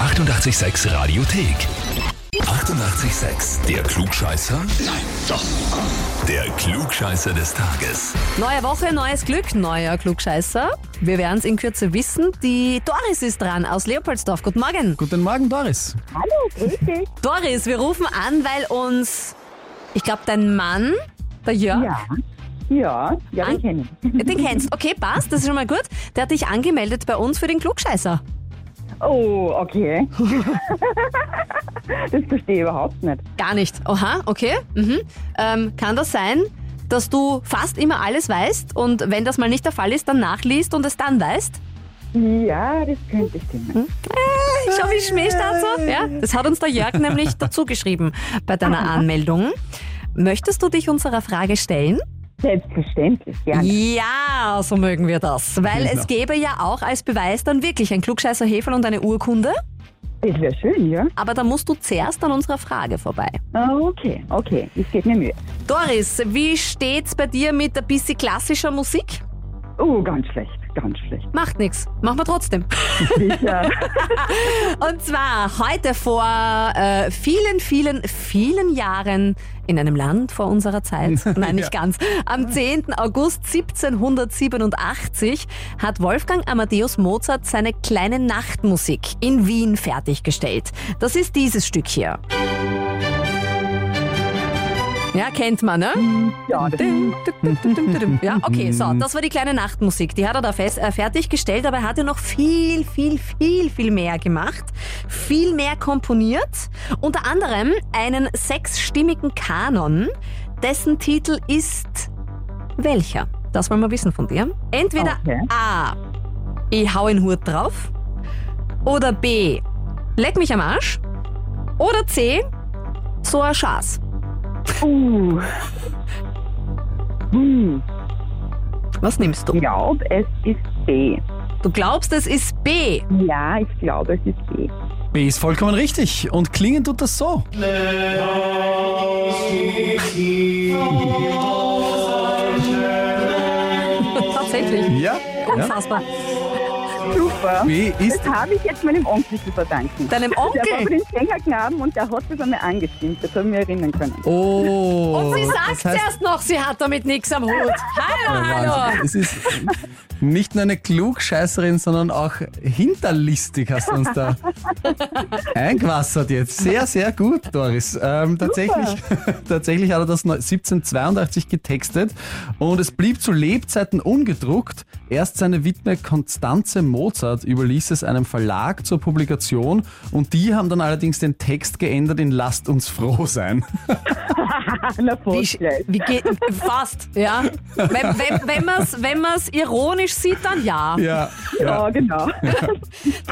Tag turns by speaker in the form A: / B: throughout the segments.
A: 886 Radiothek. 88,6. Der Klugscheißer? Nein, doch. Der Klugscheißer des Tages.
B: Neue Woche, neues Glück, neuer Klugscheißer. Wir werden es in Kürze wissen. Die Doris ist dran aus Leopoldsdorf. Guten Morgen.
C: Guten Morgen, Doris.
D: Hallo, grüß dich.
B: Doris, wir rufen an, weil uns, ich glaube, dein Mann, der Jörg,
D: Ja. Ja, ja,
B: An-
D: den kenne ich.
B: den kennst. Okay, passt, das ist schon mal gut. Der hat dich angemeldet bei uns für den Klugscheißer.
D: Oh, okay. das verstehe ich überhaupt nicht.
B: Gar nicht. Oha, okay. Mhm. Ähm, kann das sein, dass du fast immer alles weißt und wenn das mal nicht der Fall ist, dann nachliest und es dann weißt?
D: Ja, das könnte stimmen.
B: Ich hoffe, ich schmäh dazu. Ja, das hat uns der Jörg nämlich dazu geschrieben bei deiner Anmeldung. Möchtest du dich unserer Frage stellen?
D: Selbstverständlich, gerne.
B: Ja, so mögen wir das. Weil
C: Genau.
B: es gäbe ja auch als Beweis dann wirklich ein klugscheißer Heferl und eine Urkunde.
D: Das wäre schön, ja?
B: Aber da musst du zuerst an unserer Frage vorbei.
D: Ah, Okay, okay, ich gebe mir Mühe.
B: Doris, wie steht's bei dir mit ein bisschen klassischer Musik?
D: Oh, ganz schlecht, ganz schlecht. äh,
B: Macht nichts. Machen wir trotzdem.
D: Sicher.
B: Und zwar heute vor äh, vielen, vielen, vielen Jahren in einem Land vor unserer Zeit, nein, nicht ganz, am 10. August 1787 hat Wolfgang Amadeus Mozart seine kleine Nachtmusik in Wien fertiggestellt. Das ist dieses Stück hier. Ja, kennt man, ne?
D: ja, das
B: Ja, okay, so, das war die kleine Nachtmusik. Die hat er da fest, äh, fertiggestellt, aber er hat ja noch viel, viel, viel, viel mehr gemacht. Viel mehr komponiert. Unter anderem einen sechsstimmigen Kanon, dessen Titel ist welcher? Das wollen wir wissen von dir. Entweder
D: Okay.
B: A, ich hau in Hut drauf. Oder B, leck mich am Arsch. Oder C, so ein Schaß.
D: Uh. Hm,
B: Was nimmst
D: ich
B: du?
D: glaube, es ist B.
B: Du glaubst, es ist B.
D: Ja, ich glaube, es ist B.
C: B ist vollkommen richtig und klingen tut das so.
B: Tatsächlich.
C: Ja? ja.
B: Unfassbar.
D: Super.
C: B ist
D: Das habe ich jetzt meinem Onkel zu verdanken.
B: Deinem
D: Der war bei
B: Onkel.
D: den Sängerknaben und der hat das einmal angestimmt, das haben wir erinnern können.
C: Oh.
B: Und sie sagt
C: das heißt,
B: zuerst noch, sie hat damit nichts am Hut. Hallo, hallo.
C: Wahnsinn. Es ist nicht nur eine Klugscheißerin, sondern auch hinterlistig hast du uns da eingewassert jetzt. Sehr, sehr gut, Doris. Ähm, tatsächlich, tatsächlich hat er das 1782 getextet und es blieb zu Lebzeiten ungedruckt. Erst seine Witwe Konstanze Mozart überließ es einem Verlag zur Publikation und die haben dann allerdings den Text geändert in Lasst uns froh sein.
D: Na,
B: Wie,
D: fast gleich.
B: wie geht, fast, ja. Wenn, wenn, wenn man es wenn man's ironisch sieht, dann ja.
C: Ja,
D: Ja, genau.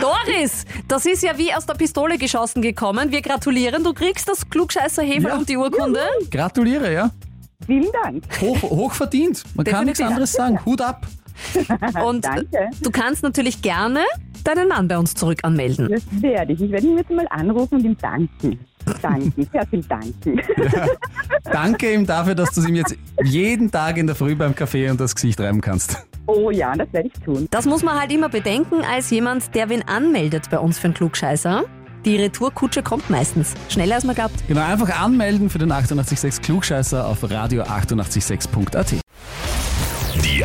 B: Doris, das ist ja wie aus der Pistole geschossen gekommen. Wir gratulieren, du kriegst das klugscheißer Heferl
C: Ja.
B: und die Urkunde.
C: Gratuliere, ja.
D: Vielen Dank.
C: Hoch, hoch verdient. Man kann nichts
B: Definitiv.
C: anderes sagen. Hut ab.
B: Und
D: Danke.
B: du kannst natürlich gerne deinen Mann bei uns zurück anmelden.
D: Das werde ich. Ich werde ihn jetzt mal anrufen und ihm danken. Danken, sehr viel danken.
C: Danke ihm dafür, dass du es ihm jetzt jeden Tag in der Früh beim Kaffee und das Gesicht reiben kannst.
D: Oh ja, das werde ich tun.
B: Das muss man halt immer bedenken als jemand, der wen anmeldet bei uns für einen Klugscheißer. Die Retourkutsche kommt meistens. Schneller als man glaubt.
C: Genau, einfach anmelden für den 886 Klugscheißer auf radio886.at.
A: Die